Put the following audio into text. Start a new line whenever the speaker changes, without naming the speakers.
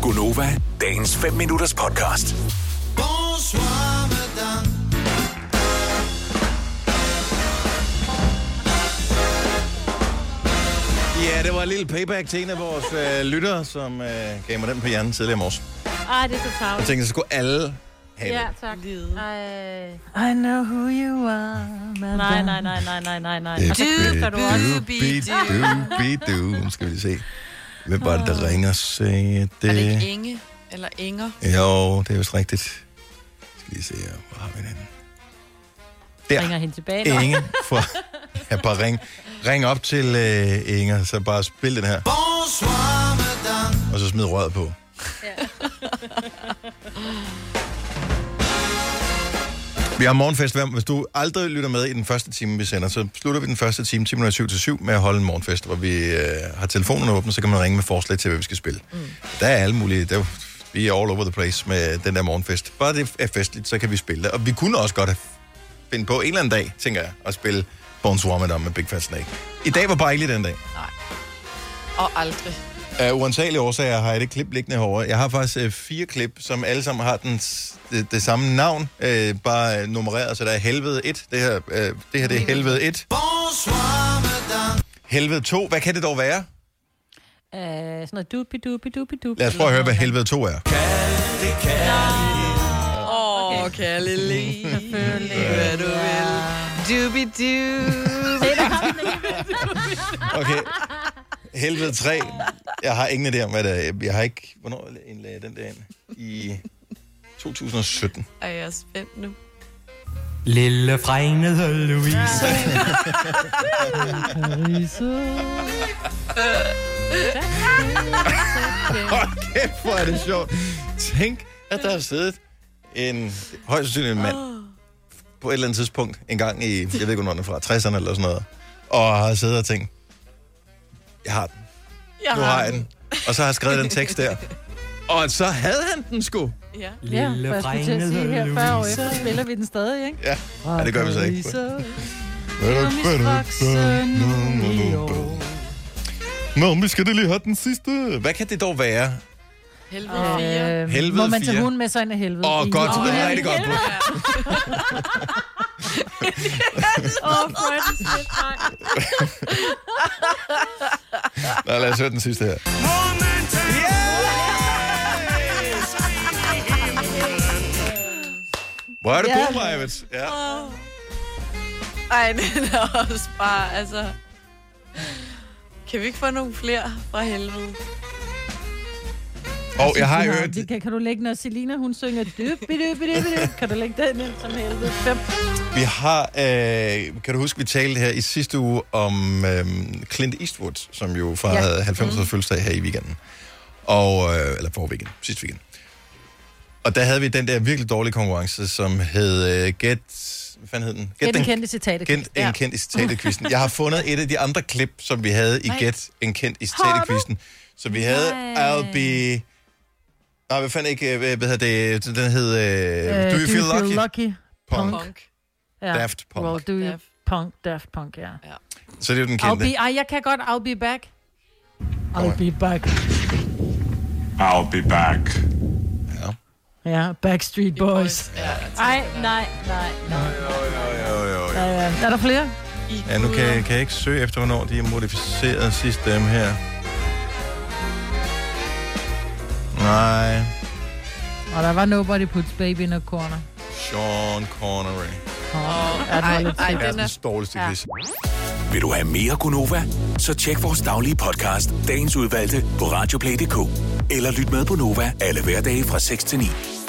Gunova, dagens 5 minutters podcast.
Bonsoir, madame.
Ja, det var et lille payback til en af vores øh, lyttere, som øh, gav mig den på hjernen tidligere i morges.
Ej, det er så
Jeg
tavligt.
tænkte, så skulle alle have
Ja,
det.
tak. Ej.
I know who you are.
Nej, nej, nej, nej, nej, nej, nej. Og så
Doobie,
kan du også.
doobie, doobie, doobie. Nu skal vi se. Hvem var det, der ringer og sagde det?
Er det ikke Inge? Eller Inger?
Jo, det er vist rigtigt. Jeg skal lige se her. Hvor har vi den?
Jeg ringer
Der.
hende tilbage. Nå.
Inge fra... Ja, bare ring, ring op til øh, Inger, så bare spil den her,
Bonsoir, madame.
og så smid røret på. Vi har morgenfest. hver- Hvis du aldrig lytter med i den første time, vi sender, så slutter vi den første time, 10.07 til 7, med at holde en morgenfest, hvor vi øh, har telefonen åben, så kan man ringe med forslag til, hvad vi skal spille. Mm. Der er alle mulige... Der, vi er all over the place med den der morgenfest. Bare det er festligt, så kan vi spille det. Og vi kunne også godt have- finde på en eller anden dag, tænker jeg, at spille Bonsoir Madame med Big Fat Snake. I dag var bare ikke lige den dag.
Og aldrig.
Af uansagelige årsager har jeg det klip liggende herovre. Jeg har faktisk øh, fire klip, som alle sammen har den, s- det, det samme navn, øh, bare øh, nummereret, så der er helvede 1. Det her, øh, det her det er helvede 1.
Bonsoir, madame.
Helvede 2, hvad kan det dog være?
Øh, sådan noget dubi dubi dubi dubi.
Lad os prøve at høre, hvad helvede 2 er.
Åh, oh, kan jeg lide, hvad du vil. Doobie-doo.
Okay. Helvede 3. Jeg har ingen idé om, hvad det er. Jeg har ikke... Hvornår lagde jeg den der ind? I 2017.
Ej, jeg er spændt nu.
Lille fregnede Louise.
Hold kæft, hvor er det sjovt. Tænk, at der har siddet en højst sandsynlig en mand på et eller andet tidspunkt, en gang i, jeg ved ikke, hvornår den er fra, 60'erne eller sådan noget, og har siddet og tænkt, jeg har den,
Jeg
nu har jeg den. Og så har jeg skrevet den tekst der. Og så havde han den sgu.
Ja.
Ja,
Lille
for jeg skulle til at sige her
fregnede
40 år
Louise.
efter, spiller vi den stadig, ikke?
Ja, ja det gør vi så ikke.
øh,
Nå, men vi skal da lige have den sidste. Hvad kan det dog være?
Helvede fire.
Øh,
Helvede
må man tage
fire.
hunden med sig ind i helvede?
Åh,
I-
godt.
Åh,
Det er
ja.
rigtig godt. bud.
Åh, Friends with Frank.
Nå, lad os høre den sidste her. Hvor er du god, Majvits. Ja.
Ej, den er også bare, altså... Kan vi ikke få nogle flere fra helvede?
Og jeg har
Du
hørt...
det Kan, kan du lægge, når Selina, hun synger dybi dybi dybi dyb, kan du lægge den ind som helvede? Fem.
Vi har, øh, kan du huske, vi talte her i sidste uge om øh, Clint Eastwood, som jo fejrede ja. Mm. 90 års fødselsdag her i weekenden. Og, øh, eller for weekend, sidste weekend. Og der havde vi den der virkelig dårlige konkurrence, som hed øh, Get... Hvad fanden hed den?
Gæt den kendte citat.
Gent en kendt i citatekvisten. Jeg har fundet et af de andre klip, som vi havde i Get en kendt i citatekvisten. Så vi havde
Nej.
I'll be... Nej, hvad fanden ikke... øh, Hvad hvad hedder det? Den hed... Øh, do, you feel, lucky?
lucky?
Punk.
Punk.
Ja.
Daft Punk.
Well, do you
Daft.
punk, Daft Punk, ja.
Så det er jo den
I'll
kendte.
be, ej, jeg kan godt I'll be back.
Kommer.
I'll be back.
I'll be back.
Ja, Backstreet Boys.
Ja, altså,
Ej, nej, nej, nej. Ja, ja. Er der flere?
i
Ja, nu kan,
guder.
jeg- kan jeg ikke søge efter, hvornår de er modificeret sidst dem her. Nej,
Og der var Nobody Puts Baby in a Corner.
Sean Connery.
Oh, er
Ej,
det lidt
ej,
ej,
den er...
Verdens dårligste
Ja.
quiz.
Vil du have mere Gunova? Så tjek vores daglige podcast, dagens udvalgte, på radioplay.dk. Eller lyt med på Nova alle hverdage fra 6 til 9.